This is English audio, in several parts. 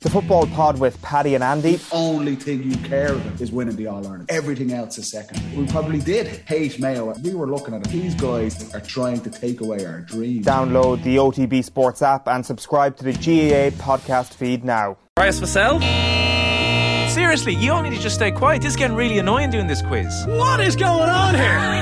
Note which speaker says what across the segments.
Speaker 1: The football pod with Paddy and Andy.
Speaker 2: The only thing you care about is winning the All Ireland. Everything else is secondary. We probably did hate Mayo. We were looking at it. These guys are trying to take away our dreams.
Speaker 1: Download the OTB Sports app and subscribe to the GAA podcast feed now.
Speaker 3: Price myself. Seriously, you all need to just stay quiet. This is getting really annoying doing this quiz. What is going on here?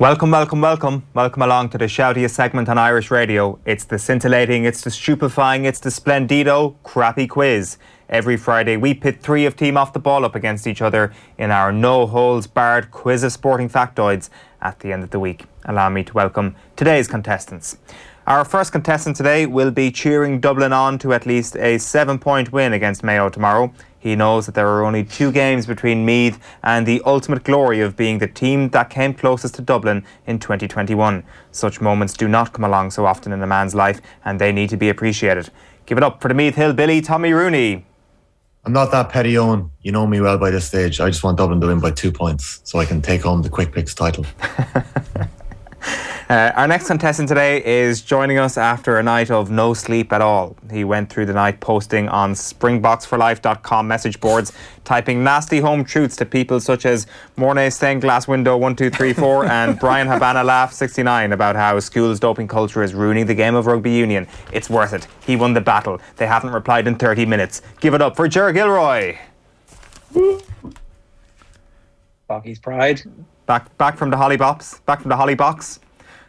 Speaker 1: Welcome, welcome, welcome. Welcome along to the shoutiest segment on Irish radio. It's the scintillating, it's the stupefying, it's the splendido crappy quiz. Every Friday, we pit three of Team Off the Ball up against each other in our no holds barred quiz of sporting factoids at the end of the week. Allow me to welcome today's contestants. Our first contestant today will be cheering Dublin on to at least a seven point win against Mayo tomorrow. He knows that there are only two games between Meath and the ultimate glory of being the team that came closest to Dublin in 2021. Such moments do not come along so often in a man's life, and they need to be appreciated. Give it up for the Meath Hill Billy Tommy Rooney.
Speaker 4: I'm not that petty, Owen. You know me well by this stage. I just want Dublin to win by two points so I can take home the quick picks title.
Speaker 1: Uh, our next contestant today is joining us after a night of no sleep at all. He went through the night posting on springboxforlife.com message boards, typing nasty home truths to people such as Mornay Stained Glass Window 1234 and Brian Habana Laugh 69 about how school's doping culture is ruining the game of rugby union. It's worth it. He won the battle. They haven't replied in 30 minutes. Give it up for Ger Gilroy.
Speaker 5: Boggy's pride.
Speaker 1: Back, back from the holly box. Back from the holly box.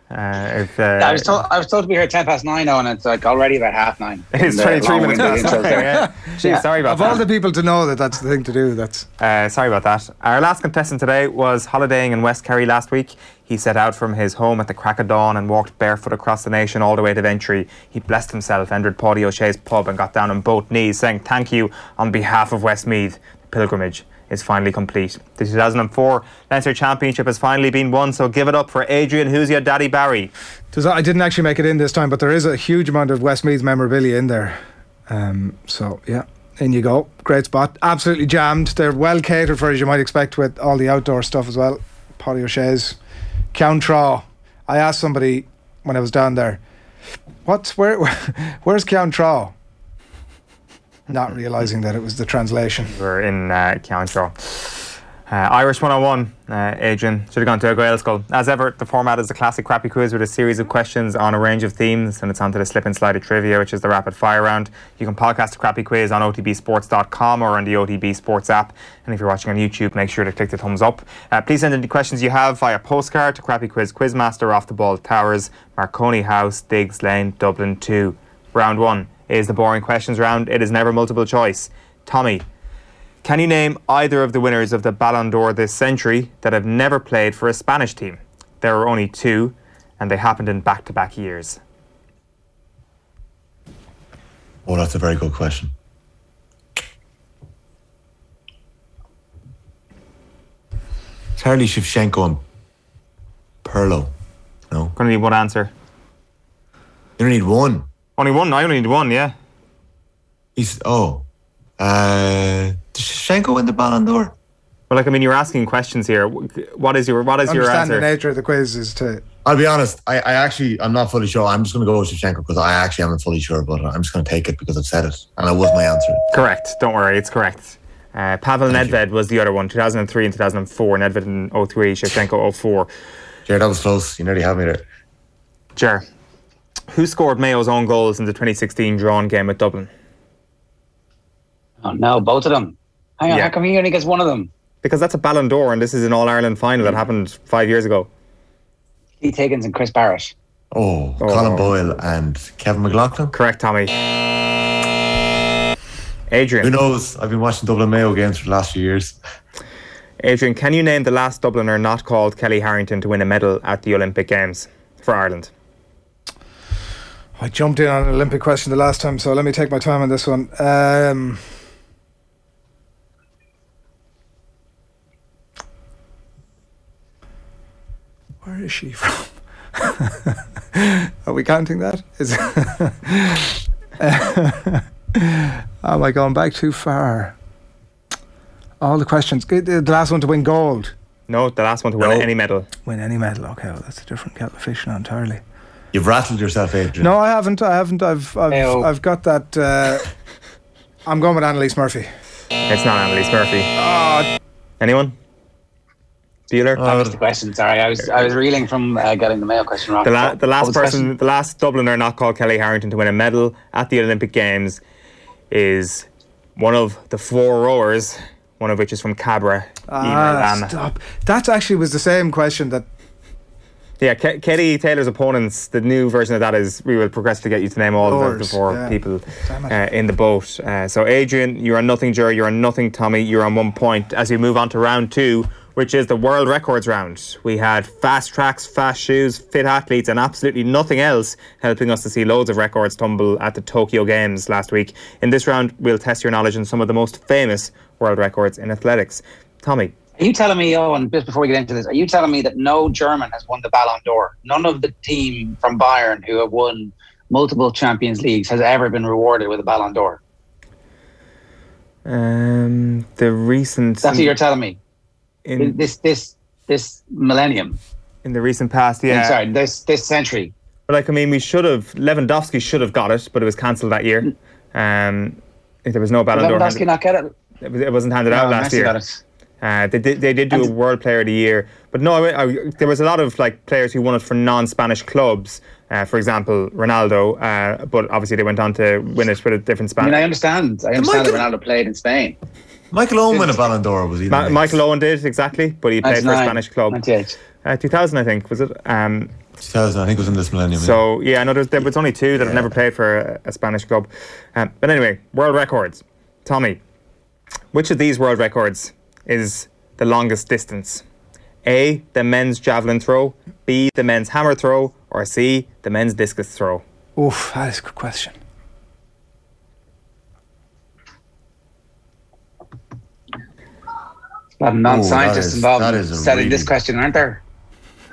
Speaker 1: Uh, if, uh,
Speaker 5: I was told I was told to be here at ten past nine, Owen, and it's like already about half nine.
Speaker 1: It's
Speaker 5: The
Speaker 1: 23
Speaker 5: long
Speaker 1: minutes
Speaker 5: window
Speaker 1: past.
Speaker 5: intros
Speaker 1: Okay,
Speaker 5: there.
Speaker 1: yeah. Gee, sorry about
Speaker 6: Of all the
Speaker 1: that.
Speaker 6: people to know that that's the thing to do, that's
Speaker 1: Uh, sorry about that. Our last contestant today was holidaying in West Kerry last week. He set out from his home at the crack of dawn and walked barefoot across the nation all the way to Ventry. He blessed himself, entered Paddy O'Shea's pub, and got down on both knees, saying thank you on behalf of Westmeath. The pilgrimage is finally complete. The 2004 Leinster Championship has finally been won, so give it up for Adrian Who's your Daddy Barry.
Speaker 6: does I didn't actually make it in this time, but there is a huge amount of Westmeath memorabilia in there. Um, so yeah, in you go. Great spot. Absolutely jammed. They're well catered for as you might expect with all the outdoor stuff as well. Potty O'Shea's Countraw. I asked somebody when I was down there, what's where where's Countraw? Not realizing that it was the translation.
Speaker 1: We're in uh, Countraw. Uh, Irish 101, uh, Adrian. Should have gone to a Gael School. As ever, the format is the classic crappy quiz with a series of questions on a range of themes, and it's onto the slip and slide of trivia, which is the rapid fire round. You can podcast the crappy quiz on otbsports.com or on the OTB Sports app. And if you're watching on YouTube, make sure to click the thumbs up. Uh, please send any questions you have via postcard to Crappy Quiz Quizmaster, Off the Ball Towers, Marconi House, Diggs Lane, Dublin 2. Round 1 is the boring questions round. It is never multiple choice. Tommy, can you name either of the winners of the Ballon d'Or this century that have never played for a Spanish team? There are only two, and they happened in back to back years.
Speaker 4: Oh, that's a very good question. Charlie Shevchenko and Perlo. No,
Speaker 1: Gonna need one answer.
Speaker 4: you only need one.
Speaker 1: Only one? I only need one, yeah.
Speaker 4: He's oh, uh, did Shevchenko win the Ballon d'Or?
Speaker 1: Well, like, I mean, you're asking questions here. Wh- What is your, what is your
Speaker 6: Understand the
Speaker 1: answer?
Speaker 6: nature of the quiz is to
Speaker 4: I'll be honest. I, I actually, I'm not fully sure. I'm just going to go with Shevchenko because I actually am not fully sure about it. I'm just going to take it because I've said it and it was my answer.
Speaker 1: Correct. Don't worry, it's correct. Uh, Pavel Nedved was the other one, 2003 and 2004. Nedved in 03, Shevchenko 04.
Speaker 4: Jared, that was close. You nearly had me there.
Speaker 1: Jer, who scored Mayo's own goals in the 2016 drawn game at Dublin?
Speaker 5: Oh no, both of them. Hang on,
Speaker 1: Yeah.
Speaker 5: how come he only gets one of them?
Speaker 1: Because that's a Ballon d'Or, and this is an All Ireland final that happened five years ago.
Speaker 5: Keith Higgins and Chris Barrett.
Speaker 4: Oh, Colin Boyle and Kevin McLaughlin.
Speaker 1: Correct, Tommy.
Speaker 4: Who
Speaker 1: Adrian,
Speaker 4: knows? I've been watching Dublin Mayo games for the last few years.
Speaker 1: Adrian, can you name the last Dubliner not called Kelly Harrington to win a medal at the Olympic Games for Ireland?
Speaker 6: I jumped in on an Olympic question the last time, so let me take my time on this one. Um, where is she from? Are we counting that? Is Am I going back too far? All the questions. Good, uh, The last one to win gold.
Speaker 1: No, the last one to
Speaker 4: No.
Speaker 1: win any medal.
Speaker 6: Win any medal? Okay, well, that's a different kettle of fish now entirely.
Speaker 4: You've rattled yourself, Adrian.
Speaker 6: No, I haven't. I haven't. I've I've,
Speaker 5: Hey-o.
Speaker 6: I've got that. Uh, I'm going with Annalise Murphy.
Speaker 1: It's not Annalise Murphy. Anyone? Dealer?
Speaker 4: Ah. Uh,
Speaker 5: The question, sorry, I was I was reeling from uh, getting the Mayo question wrong.
Speaker 1: the, la-
Speaker 5: What-
Speaker 1: the
Speaker 5: what
Speaker 1: last
Speaker 5: was the
Speaker 1: person,
Speaker 5: question?
Speaker 1: the last Dubliner not called Kelly Harrington to win a medal at the Olympic Games is one of the four rowers, one of which is from Cabra. Eimear
Speaker 6: Ah,
Speaker 1: Lam.
Speaker 6: stop. That actually was the same question that.
Speaker 1: Yeah, Ke- Kelly Taylor's opponents, the new version of that is we will progressively get you to name all the, the
Speaker 6: Rowers,
Speaker 1: four
Speaker 6: yeah.
Speaker 1: people
Speaker 6: Damn it.
Speaker 1: uh, in the boat. Uh, so, Adrian, you're on nothing, Jerry. You're on nothing, Tommy. You're on one point as we move on to round two, which is the world records round. We had fast tracks, fast shoes, fit athletes, and absolutely nothing else helping us to see loads of records tumble at the Tokyo Games last week. In this round, we'll test your knowledge on some of the most famous world records in athletics. Tommy,
Speaker 5: Are you telling me, oh, and just before we get into this, are you telling me that no German has won the Ballon d'Or? None of the team from Bayern who have won multiple Champions Leagues has ever been rewarded with a Ballon d'Or.
Speaker 1: um, the recent
Speaker 5: That's what you're telling me.
Speaker 1: in,
Speaker 5: This this this millennium.
Speaker 1: in the recent past, yeah.
Speaker 5: I'm sorry, this this century.
Speaker 1: But like, I mean, we should have Lewandowski should have got it, but it was cancelled that year. Um, if there was no Ballon d'Or.
Speaker 5: Lewandowski
Speaker 1: handed-
Speaker 5: not get it.
Speaker 1: It was- it wasn't handed
Speaker 5: No,
Speaker 1: out last
Speaker 5: Oh, Messi
Speaker 1: year.
Speaker 5: got it.
Speaker 1: Uh, they, did, they did do a World Player of the Year, but no, I, I, there was a lot of like players who won it for non-Spanish clubs. Uh, for example, Ronaldo, uh, but obviously they went on to win it with a different
Speaker 5: I
Speaker 1: Spanish.
Speaker 5: mean, I understand. I understand that Ronaldo played in Spain.
Speaker 4: Michael Owen won a Ballon d'Or, was he?
Speaker 1: Ma- Michael Owen did exactly, but he played for a
Speaker 5: 99,
Speaker 1: Spanish club.
Speaker 5: 98.
Speaker 1: Uh, 2000, I think, was it? Um,
Speaker 4: 2000, I think it was in this millennium. yeah.
Speaker 1: So yeah, I know there's, there was only two that have never played for a, a Spanish club. Um, but anyway, world records. Tommy, which of these world records is the longest distance? A. The men's javelin throw. B. The men's hammer throw. Or C. The men's discus throw.
Speaker 6: Oof, that is a good question.
Speaker 5: A lot of non-scientists
Speaker 4: is-
Speaker 5: involved
Speaker 4: that
Speaker 5: in
Speaker 4: is a
Speaker 5: setting this
Speaker 4: really-
Speaker 5: question, aren't there?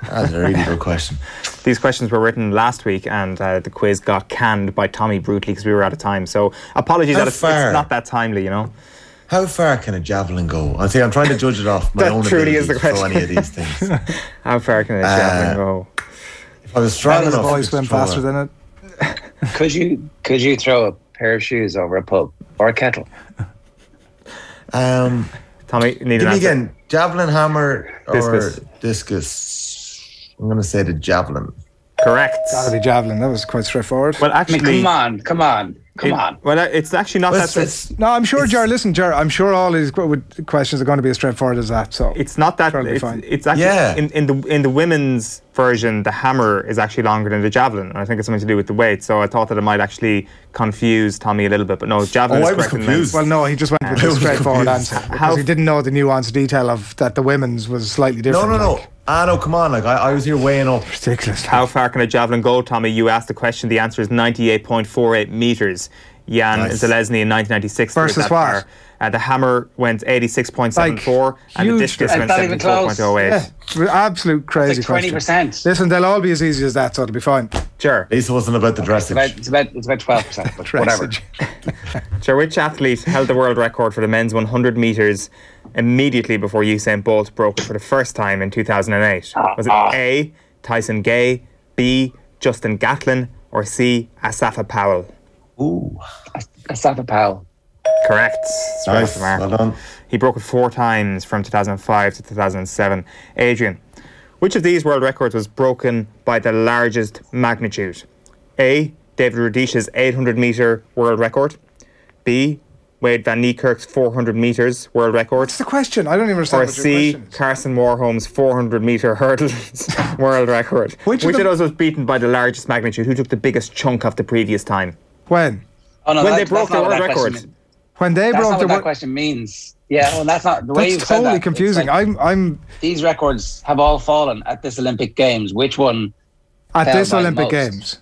Speaker 4: That's a really good question.
Speaker 1: These questions were written last week, and uh, the quiz got canned by Tommy brutally because we were out of time. So apologies
Speaker 4: How
Speaker 1: that it's,
Speaker 4: far?
Speaker 1: it's not that timely, you know.
Speaker 4: How far can a javelin go? I think I'm trying to judge it off my
Speaker 1: That
Speaker 4: own
Speaker 1: truly
Speaker 4: ability
Speaker 1: is the
Speaker 4: to throw
Speaker 1: question.
Speaker 4: any of these things.
Speaker 1: How far can a javelin
Speaker 4: Uh,
Speaker 1: go?
Speaker 4: I was strong
Speaker 6: His
Speaker 4: enough.
Speaker 6: voice
Speaker 4: to
Speaker 6: went
Speaker 4: throw
Speaker 6: faster
Speaker 4: it.
Speaker 6: than it.
Speaker 5: Could you could you throw a pair of shoes over a pub or a kettle?
Speaker 4: Um,
Speaker 1: Tommy, need an
Speaker 4: give me
Speaker 1: answer.
Speaker 4: again. Javelin, hammer, or
Speaker 1: Discus.
Speaker 4: discus. I'm going to say the javelin.
Speaker 1: Correct.
Speaker 6: Gotta be javelin. That was quite straightforward.
Speaker 1: Well,
Speaker 5: I
Speaker 1: actually,
Speaker 5: mean, come on, come on, come
Speaker 1: It-
Speaker 5: on.
Speaker 1: Well, uh, it's actually not
Speaker 4: It's,
Speaker 1: that.
Speaker 4: it's,
Speaker 6: no, I'm sure, Jar. Listen, Jar. I'm sure all these qu- would- questions are going to be as straightforward as that. So
Speaker 1: It's not that.
Speaker 6: Totally
Speaker 1: It's,
Speaker 6: fine.
Speaker 1: it's actually
Speaker 4: Yeah.
Speaker 1: in, in the in the women's version, the hammer is actually longer than the javelin, and I think it's something to do with the weight. So I thought that it might actually confuse Tommy a little bit, but no, javelin.
Speaker 4: Oh,
Speaker 1: is
Speaker 4: I was
Speaker 1: correct in the men's.
Speaker 4: confused.
Speaker 6: Well, no, he just went with
Speaker 4: I
Speaker 6: the
Speaker 4: was
Speaker 6: straightforward
Speaker 4: confused.
Speaker 6: answer because
Speaker 1: How-
Speaker 6: he didn't know the nuance detail of that the women's was slightly
Speaker 4: no,
Speaker 6: different.
Speaker 4: no, no.
Speaker 6: like,
Speaker 4: Ah, no, come on. Like, I, I was here weighing up.
Speaker 6: Ridiculous.
Speaker 1: How far can a javelin go, Tommy? You asked the question. The answer is ninety-eight point four eight meters. Jan
Speaker 4: Nice.
Speaker 1: Zelezny in nineteen ninety-six
Speaker 6: Versus what?
Speaker 1: Uh, the hammer went eighty-six point seven four,
Speaker 6: Like,
Speaker 1: and the
Speaker 6: huge
Speaker 1: discus
Speaker 6: difference.
Speaker 1: went
Speaker 5: Not even
Speaker 1: seventy-four
Speaker 5: close.
Speaker 1: point oh eight.
Speaker 6: Yeah, r- absolute crazy
Speaker 5: It's twenty
Speaker 6: question.
Speaker 5: percent.
Speaker 6: Listen, they'll all be as easy as that, so it'll be fine.
Speaker 1: Sure.
Speaker 4: Lisa wasn't about the dressage.
Speaker 5: It's about it's about twelve percent, but whatever.
Speaker 6: Dressage.
Speaker 1: Sure, which athlete held the world record for the men's 100 metres immediately before Usain Bolt broke it for the first time in 2008? Was it A, Tyson Gay, B, Justin Gatlin, or C, Asafa Powell?
Speaker 4: Ooh,
Speaker 5: Asafa Powell.
Speaker 1: Correct. It's right off
Speaker 4: nice.
Speaker 1: the mark.
Speaker 4: Well done.
Speaker 1: He broke it four times from 2005 to 2007. Adrian, which of these world records was broken by the largest magnitude? A. David Rudisha's 800 metre world record. B. Wade Van Niekerk's 400 metres world record.
Speaker 6: What's the question? I don't even understand
Speaker 1: Or
Speaker 6: what your
Speaker 1: C.
Speaker 6: question is.
Speaker 1: Carson Warholm's 400 metre hurdles world record.
Speaker 6: Which of
Speaker 1: of,
Speaker 6: them-
Speaker 1: those was beaten by the largest magnitude? Who took the biggest chunk off the previous time?
Speaker 6: When?
Speaker 5: Oh no,
Speaker 1: When
Speaker 5: that-
Speaker 1: they broke
Speaker 5: that's not
Speaker 1: the
Speaker 5: what
Speaker 1: world
Speaker 5: that question
Speaker 1: record.
Speaker 5: means.
Speaker 6: When they
Speaker 5: That's
Speaker 6: broke
Speaker 5: not
Speaker 6: the
Speaker 5: what that
Speaker 6: wor-
Speaker 5: question means. Yeah, well, that's not the way you
Speaker 6: That's
Speaker 5: said
Speaker 6: totally
Speaker 5: that,
Speaker 6: confusing.
Speaker 5: it's like
Speaker 6: I'm I'm
Speaker 5: these records have all fallen at this Olympic Games. Which one?
Speaker 6: at
Speaker 5: Fell
Speaker 6: this
Speaker 5: by most.
Speaker 6: Olympic Games.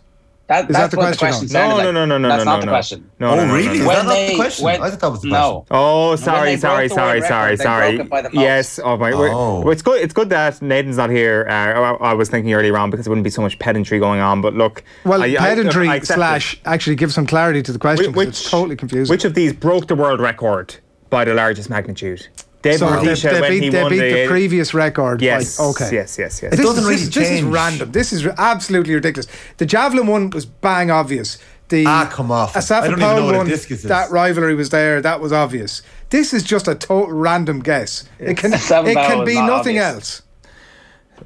Speaker 5: That,
Speaker 6: Is
Speaker 5: that's
Speaker 6: that the
Speaker 5: what
Speaker 6: question,
Speaker 5: the question
Speaker 1: No,
Speaker 5: sounded
Speaker 6: Owen?
Speaker 1: no,
Speaker 5: like.
Speaker 1: no, no, no, no,
Speaker 5: That's not
Speaker 1: no,
Speaker 5: the
Speaker 1: no.
Speaker 5: question.
Speaker 1: No,
Speaker 4: Oh,
Speaker 1: no, no,
Speaker 4: really?
Speaker 1: no,
Speaker 4: Is
Speaker 1: no.
Speaker 4: that
Speaker 5: When
Speaker 4: not the
Speaker 5: they-
Speaker 4: question?
Speaker 5: when-
Speaker 4: I thought that was the
Speaker 5: No.
Speaker 1: Oh,
Speaker 5: they
Speaker 1: sorry,
Speaker 5: broke
Speaker 1: sorry,
Speaker 5: the
Speaker 1: sorry,
Speaker 5: world
Speaker 1: sorry,
Speaker 5: record, they
Speaker 1: sorry.
Speaker 5: broke it by the mouse.
Speaker 1: yes, oh my. we-
Speaker 4: Oh.
Speaker 1: well, It's good. It's good that Nathan's not here. Uh, I, I was thinking earlier on because there wouldn't be so much pedantry going on. But look,
Speaker 6: Well,
Speaker 1: I- I-
Speaker 6: pedantry
Speaker 1: I accept it.
Speaker 6: slash actually give some clarity to the
Speaker 1: Whi-
Speaker 6: question.
Speaker 1: Which,
Speaker 6: Which, it's totally confusing.
Speaker 1: Which of these broke the world record by the largest magnitude? Dave
Speaker 6: So they,
Speaker 1: Morticia,
Speaker 6: they
Speaker 1: when
Speaker 6: beat,
Speaker 1: he
Speaker 6: they
Speaker 1: won
Speaker 6: beat the
Speaker 1: the-
Speaker 6: previous record.
Speaker 1: Yes.
Speaker 6: by- okay.
Speaker 1: Yes. Yes. Yes.
Speaker 6: This,
Speaker 4: doesn't
Speaker 6: is-
Speaker 4: really
Speaker 6: this, this is
Speaker 4: change.
Speaker 6: random. This is r- absolutely ridiculous. The javelin one was bang obvious. The
Speaker 4: Ah, come off it. I don't even know
Speaker 6: Powell
Speaker 4: what a
Speaker 6: one,
Speaker 4: discus is.
Speaker 6: that rivalry was there. That was obvious. This is just a total random guess. It can
Speaker 5: Seven
Speaker 6: it
Speaker 5: Powell
Speaker 6: can be
Speaker 5: was not
Speaker 6: nothing
Speaker 5: obvious.
Speaker 6: else.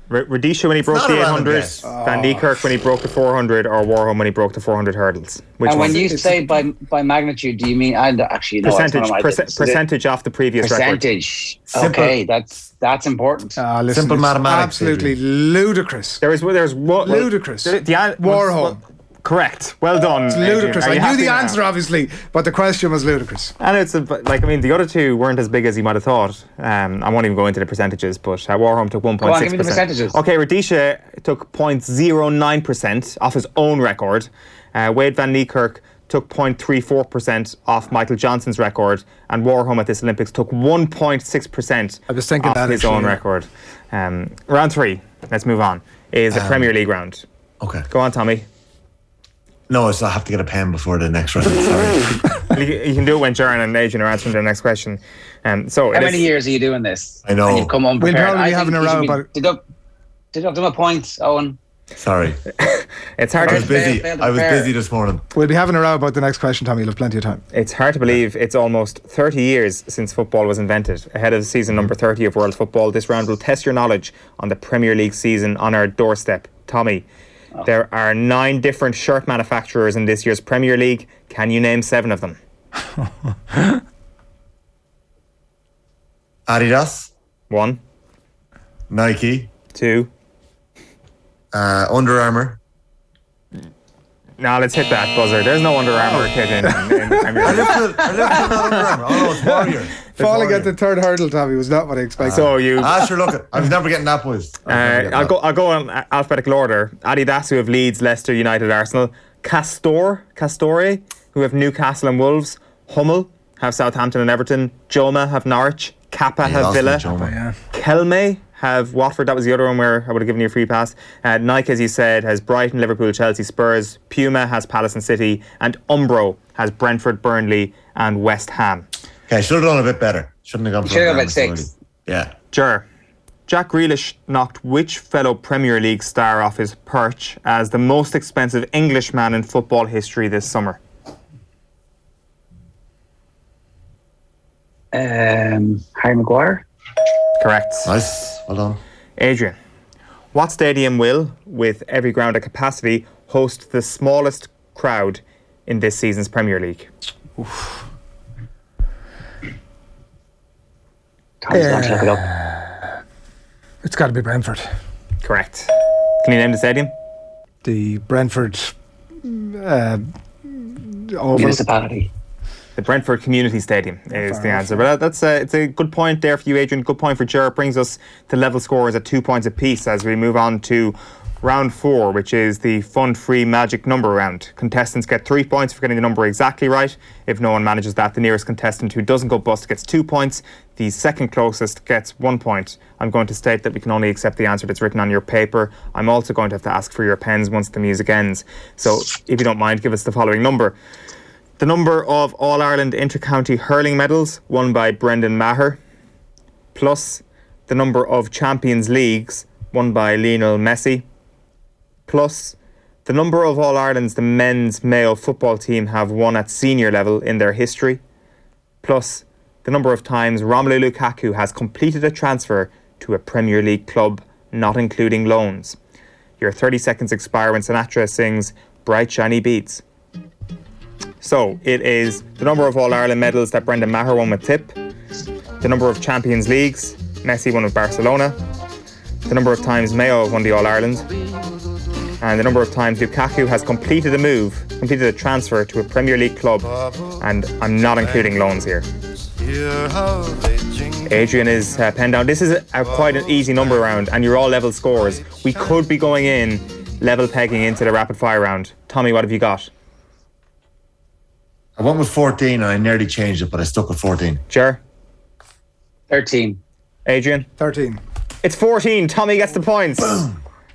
Speaker 1: R- Radisha when he broke
Speaker 4: not
Speaker 1: the
Speaker 4: a random
Speaker 1: 800,
Speaker 4: guess.
Speaker 6: Oh.
Speaker 1: Van Niekerk when he broke the 400, or Warholm when he broke the 400 hurdles. Which
Speaker 5: And
Speaker 1: one?
Speaker 5: when you say by by magnitude, do you mean I actually no, it's none
Speaker 1: percentage
Speaker 5: Oh, of my
Speaker 1: perce-
Speaker 5: business. Is it
Speaker 1: percentage off the previous record.
Speaker 5: percentage?
Speaker 4: Simple. Uh,
Speaker 5: Okay, that's that's important.
Speaker 6: Ah, listen,
Speaker 4: Simple
Speaker 6: it's
Speaker 4: mathematics,
Speaker 6: Absolutely ludicrous.
Speaker 1: There is there is one well,
Speaker 6: Ludicrous.
Speaker 1: The, the an-
Speaker 6: Warholm.
Speaker 1: well, correct. Well done. It's
Speaker 6: ludicrous. I knew the answer, obviously, but the question was ludicrous.
Speaker 1: And it's a, like I mean the other two weren't as big as you might have thought. Um, I won't even go into the percentages, but uh, Warholm took 1.6
Speaker 5: give me the percentages.
Speaker 1: Okay, Radisha took 0.09 percent off his own record. Uh, Wade Van Niekerk took 0.34 percent off Michael Johnson's record, and Warholm at this Olympics took 1.6 percent.
Speaker 6: I was thinking
Speaker 1: off
Speaker 6: that
Speaker 1: his
Speaker 6: actually,
Speaker 1: own
Speaker 6: yeah.
Speaker 1: record. Um, round three. Let's move on. Is a
Speaker 6: Um,
Speaker 1: Premier League round.
Speaker 4: Okay.
Speaker 1: Go on, Tommy.
Speaker 4: No, it's I have to get a pen before the next round. Sorry.
Speaker 1: you, you can do it when Jaron and Agent are answering the next question. Um, so
Speaker 5: How
Speaker 1: it
Speaker 5: many
Speaker 1: is-
Speaker 5: years are you doing this?
Speaker 4: I know.
Speaker 5: And you've come
Speaker 6: We'll
Speaker 5: unprepared.
Speaker 6: probably
Speaker 5: I
Speaker 6: be having
Speaker 5: think
Speaker 6: a
Speaker 5: you
Speaker 6: row
Speaker 5: should be-
Speaker 6: about-
Speaker 5: Deduct, deduct my points, Owen.
Speaker 4: Sorry.
Speaker 1: It's hard.
Speaker 4: I was
Speaker 1: To,
Speaker 5: Fail-
Speaker 4: busy.
Speaker 5: fail to
Speaker 4: I was
Speaker 5: prepare.
Speaker 4: busy this morning.
Speaker 6: We'll be having a row about the next question, Tommy. You'll have plenty of time.
Speaker 1: it's hard to believe it's almost 30 years since football was invented. Ahead of season number 30 of World Football, this round will test your knowledge on the Premier League season on our doorstep. Tommy, there are nine different shirt manufacturers in this year's Premier League. Can you name seven of them?
Speaker 4: Adidas,
Speaker 1: One,
Speaker 4: Nike,
Speaker 1: two.
Speaker 4: uh, Under Armour.
Speaker 1: Now let's hit that buzzer. There's no Under Armour kid in, in the Premier League.
Speaker 4: Liverpool, Liverpool, not Under Armour. Oh no, it's Warrior. It's
Speaker 6: Falling
Speaker 4: Warrior.
Speaker 6: at the third hurdle, Tommy, was not what I expected.
Speaker 1: So you
Speaker 4: Ah, sure. Look, I was never getting that, boys. I was never
Speaker 1: Uh,
Speaker 4: getting
Speaker 1: I'll
Speaker 4: that.
Speaker 1: go. I'll go in a- alphabetical order. Adidas, who have Leeds, Leicester, United, Arsenal. Castor, Castore, who have Newcastle and Wolves. Hummel have Southampton and Everton. Joma have Norwich. Kappa
Speaker 4: He
Speaker 1: have
Speaker 4: lost
Speaker 1: Villa.
Speaker 4: me, Joma.
Speaker 1: Kelme have Watford. That was the other one where I would have given you a free pass. Uh, Nike, as you said, has Brighton, Liverpool, Chelsea, Spurs. Puma has Palace and City, and Umbro has Brentford, Burnley, and West Ham.
Speaker 4: Okay, should have done a bit better. Shouldn't have gone. for
Speaker 5: Should have
Speaker 4: Under
Speaker 5: got
Speaker 4: Armour,
Speaker 5: six.
Speaker 4: Yeah.
Speaker 1: Jur. Jack Grealish knocked which fellow Premier League star off his perch as the most expensive Englishman in football history this summer?
Speaker 5: Um, Harry Maguire.
Speaker 1: Correct.
Speaker 4: Nice. Well done.
Speaker 1: Adrian. What stadium will, with every ground at capacity, host the smallest crowd in this season's Premier League?
Speaker 5: Tom's gone to look it up.
Speaker 6: it's got to be Brentford.
Speaker 1: Correct. Can you name the stadium?
Speaker 6: The Brentford uh, oval.
Speaker 5: Municipality.
Speaker 1: The Brentford Community Stadium is the answer. But that- that's a, it's a good point there for you, Adrian. Good point for Jared. Brings us to level scores at two points apiece as we move on to round four, which is the fun-free magic number round. Contestants get three points for getting the number exactly right. If no one manages that, the nearest contestant who doesn't go bust gets two points. The second closest gets one point. I'm going to state that we can only accept the answer that's written on your paper. I'm also going to have to ask for your pens once the music ends. So, if you don't mind, give us the following number. The number of All Ireland Intercounty Hurling medals won by Brendan Maher, plus the number of Champions Leagues won by Lionel Messi, plus the number of All Irelands the men's Mayo football team have won at senior level in their history, plus the number of times Romelu Lukaku has completed a transfer to a Premier League club, not including loans. Your 30 seconds expire when Sinatra sings Bright Shiny Beats. So it is the number of All Ireland medals that Brendan Maher won with Tip, the number of Champions Leagues Messi won with Barcelona, the number of times Mayo have won the All Ireland, and the number of times Lukaku has completed a move, completed a transfer to a Premier League club, and I'm not including loans here. Adrian is uh, penned down. This is a, a quite an easy number round, and you're all level scores. We could be going in level pegging into the rapid fire round. Tommy, what have you got?
Speaker 4: I went with 14 and I nearly changed it, but I stuck with 14.
Speaker 1: Jer,
Speaker 5: Thirteen.
Speaker 1: Adrian.
Speaker 6: 13.
Speaker 1: It's 14. Tommy gets the points.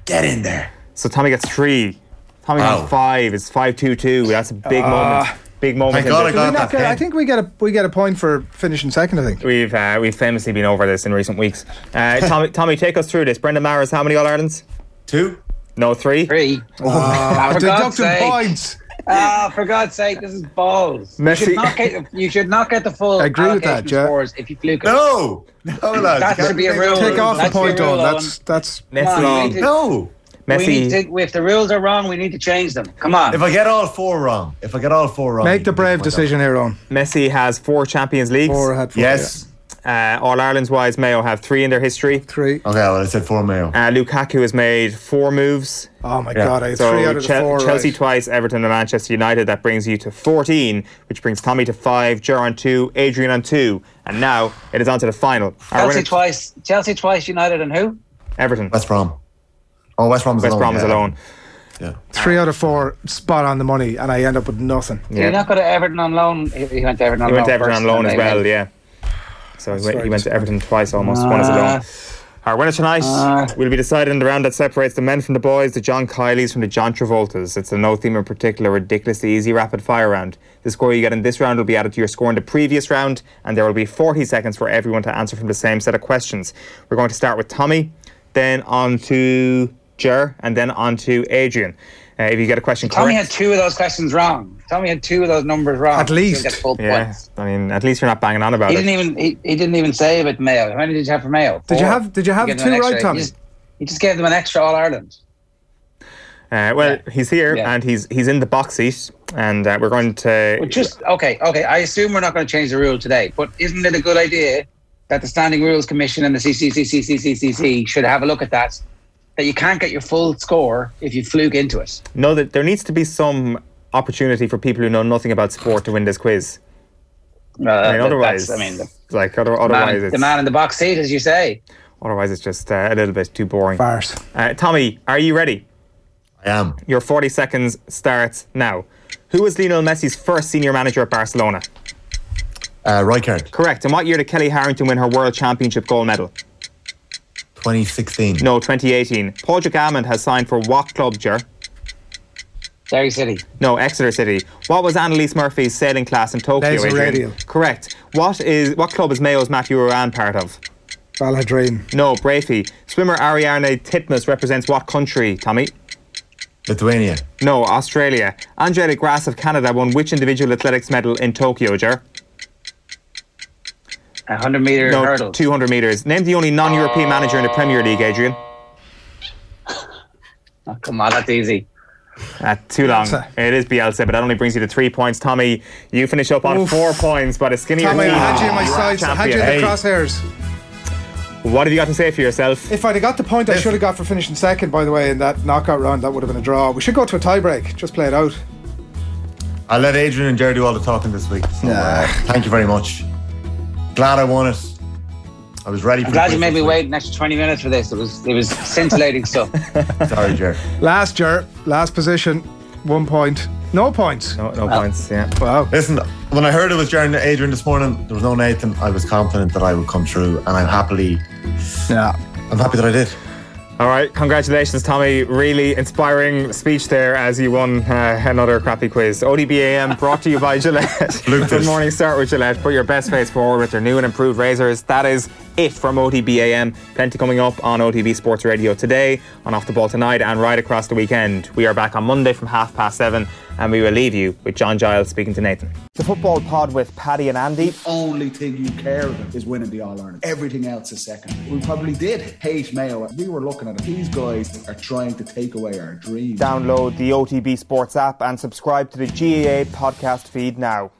Speaker 4: Get in there.
Speaker 1: So Tommy gets three. Tommy
Speaker 4: Wow. Ah.
Speaker 1: got five. It's 5 2 2. That's a big moment. big moment.
Speaker 4: Thank
Speaker 1: in
Speaker 4: God
Speaker 1: this.
Speaker 4: I got
Speaker 6: We not
Speaker 4: that
Speaker 6: get- I
Speaker 4: pen.
Speaker 6: think we get a we get a point for finishing second. I think
Speaker 1: We've uh, we've famously been over this in recent weeks. Uh, Tommy, Tommy, take us through this. Brendan Mara's how many All Irelands?
Speaker 4: Two?
Speaker 1: No, three.
Speaker 5: Three. Ah, for God's
Speaker 6: deducted
Speaker 5: sake.
Speaker 6: points.
Speaker 5: Ah, for God's sake, this is balls. You
Speaker 1: Messi-
Speaker 5: should not get, you should not get the full
Speaker 6: I agree with that,
Speaker 5: allocation
Speaker 6: yeah.
Speaker 5: scores if you fluke it.
Speaker 4: No. No, lads.
Speaker 5: That
Speaker 4: you
Speaker 5: should be a
Speaker 4: can't make
Speaker 5: rule.
Speaker 4: that
Speaker 6: Take off the
Speaker 5: That's
Speaker 6: point,
Speaker 5: the
Speaker 6: Owen.
Speaker 5: rule,
Speaker 6: That's that's
Speaker 5: Come
Speaker 1: Messi,
Speaker 5: on, we need to-
Speaker 4: No.
Speaker 5: We
Speaker 1: Messi,
Speaker 5: need to, if the rules are wrong, we need to change them. Come
Speaker 4: If
Speaker 5: on.
Speaker 4: I get all four wrong, if I get all four wrong,
Speaker 6: make the
Speaker 4: you can
Speaker 6: brave
Speaker 4: point
Speaker 6: decision here, Owen.
Speaker 1: Messi has four Champions Leagues.
Speaker 6: Four had
Speaker 4: out.
Speaker 6: four,
Speaker 4: Yes.
Speaker 1: Uh, All Ireland's wise, Mayo have three in their history.
Speaker 6: yeah. three.
Speaker 4: Okay, well, I said four Mayo.
Speaker 1: Uh, Lukaku has made four moves.
Speaker 6: Oh my
Speaker 4: Yeah.
Speaker 6: god, I had
Speaker 1: So
Speaker 6: three out of the
Speaker 1: Chel-
Speaker 6: four.
Speaker 1: Chelsea
Speaker 6: right.
Speaker 1: twice, Everton and Manchester United. That brings you to 14, which brings Tommy to five, Ger on two, Adrian on two, and now it is on to the final. Our
Speaker 5: Chelsea
Speaker 1: winner-
Speaker 5: twice. Chelsea twice. United and who?
Speaker 1: Everton. West,
Speaker 4: West Brom. Oh, West Brom is alone.
Speaker 1: Brom is
Speaker 4: yeah.
Speaker 1: alone.
Speaker 4: Yeah.
Speaker 6: three out of four spot on the money, and I end up with nothing.
Speaker 1: Yeah.
Speaker 5: You're not going to Everton on loan. He he went to Everton on
Speaker 1: He went
Speaker 5: loan.
Speaker 1: to Everton on
Speaker 5: first,
Speaker 1: loan
Speaker 5: and
Speaker 1: as
Speaker 5: they
Speaker 1: well,
Speaker 5: went-
Speaker 1: yeah. So he went, he
Speaker 6: right.
Speaker 1: went to Everton twice almost, one as a
Speaker 5: Ah.
Speaker 1: loan. Our winner tonight will be decided in the round that separates the men from the boys, the John Kylies from the John Travoltas. It's a no theme in particular, ridiculously easy rapid fire round. The score you get in this round will be added to your score in the previous round, and there will be 40 seconds for everyone to answer from the same set of questions. We're going to start with Tommy, then on to Jer, and then on to Adrian. Uh, if you get a question
Speaker 5: Tommy had
Speaker 1: correct,
Speaker 5: two of those questions wrong. Tommy had two of those numbers wrong.
Speaker 6: At least.
Speaker 5: He, full
Speaker 1: yeah,
Speaker 5: points.
Speaker 1: I mean, at least you're not banging on about
Speaker 5: he
Speaker 1: it.
Speaker 5: didn't even he, he didn't even say about Mayo. How many did you have for Mayo?
Speaker 6: Did you
Speaker 5: Four.
Speaker 6: have- did you have
Speaker 5: gave them
Speaker 6: two
Speaker 5: an
Speaker 6: right,
Speaker 5: extra. Oh. You
Speaker 6: Tommy?
Speaker 5: just, you just gave them an extra All Ireland.
Speaker 1: Uh, well, he's here
Speaker 5: Yeah.
Speaker 1: and he's he's in the box seat, and uh, we're going to.
Speaker 5: But just okay, okay. I assume we're not going to change the rule today, but isn't it a good idea that the Standing Rules Commission and the CCCCCCCC should have a look at that? That you can't get your full score if you fluke into it. Uh,
Speaker 1: No, that there needs to be some opportunity for people who know nothing about sport to win this quiz.
Speaker 5: Uh,
Speaker 1: I
Speaker 5: that-
Speaker 1: mean,
Speaker 5: that's-
Speaker 1: otherwise,
Speaker 5: I mean, the
Speaker 1: like other,
Speaker 5: man,
Speaker 1: otherwise,
Speaker 5: in- the
Speaker 1: it's,
Speaker 5: man in the box seat, as you say.
Speaker 1: otherwise it's just uh, a little bit too boring.
Speaker 6: Bars.
Speaker 1: Uh, Tommy, are you ready?
Speaker 4: I am.
Speaker 1: Your 40 seconds starts now. Who was Lionel Messi's first senior manager at Barcelona?
Speaker 4: Uh, Rijkaard,
Speaker 1: Correct. And what year did Kelly Harrington win her World Championship gold medal?
Speaker 4: 2016.
Speaker 1: No, 2018. Paul Amond has signed for what club, Jer?
Speaker 5: Derry City.
Speaker 1: No, Exeter City. What was Annalise Murphy's sailing class in Tokyo?
Speaker 6: Laser
Speaker 1: Adrian?
Speaker 6: Radio.
Speaker 1: Correct. What is what club is Mayo's Matthew Rowan part of?
Speaker 6: Balladrine.
Speaker 1: No, Brafey. Swimmer Ariane Titmus represents what country, Tommy?
Speaker 4: Lithuania.
Speaker 1: No, Australia. Angela Grass of Canada won which individual athletics medal in Tokyo, Jer?
Speaker 5: A hundred meter
Speaker 1: No,
Speaker 5: hurdle.
Speaker 1: 200 metres. Name the only non European manager in the Premier League, Adrian.
Speaker 5: Oh, come on, that's easy.
Speaker 1: Uh, too long.
Speaker 6: Bielsa.
Speaker 1: It is Bielsa, but that only brings you to three points. Tommy, you finish up on
Speaker 6: Oof.
Speaker 1: four points, but a skinnier
Speaker 6: Tommy, I
Speaker 1: team.
Speaker 6: had you in my
Speaker 1: You are
Speaker 6: sights. I had you in
Speaker 1: champion.
Speaker 6: the crosshairs.
Speaker 1: What have you got to say for yourself?
Speaker 6: If I'd have got the point I should have got for finishing second, by the way, in that knockout round, that would have been a draw. We should go to a tiebreak. Just play it out.
Speaker 4: I let Adrian and Jerry do all the talking this week. So, uh, thank you very much. Glad I won it. I was ready for
Speaker 5: I'm glad you made me
Speaker 4: maybe
Speaker 5: wait an extra twenty minutes for this. It was it was scintillating stuff.
Speaker 4: Sorry, Jerry.
Speaker 6: Last year, last position, one point. No points.
Speaker 1: Oh, No, no points, yeah.
Speaker 6: Wow.
Speaker 4: Listen, when I heard it was Jerry and Adrian this morning, there was no Nathan. I was confident that I would come through, and I'm happily,
Speaker 6: Yeah.
Speaker 4: I'm happy that I did.
Speaker 1: All right, congratulations, Tommy. Really inspiring speech there as you won uh, another crappy quiz. ODBAM brought to you by Gillette. Good
Speaker 4: Lucas.
Speaker 1: morning, start with Gillette. Put your best face forward with their new and improved razors. That is it from ODBAM. Plenty coming up on OTB Sports Radio today, on Off the Ball tonight, and right across the weekend. We are back on Monday from half past seven, and we will leave you with John Giles speaking to Nathan. The football pod with Paddy and Andy.
Speaker 2: Only thing you care about is winning the All Ireland. Everything else is second. We probably did hate Mayo. We were looking at it. These guys are trying to take away our dreams.
Speaker 1: Download the OTB Sports app and subscribe to the GAA podcast feed now.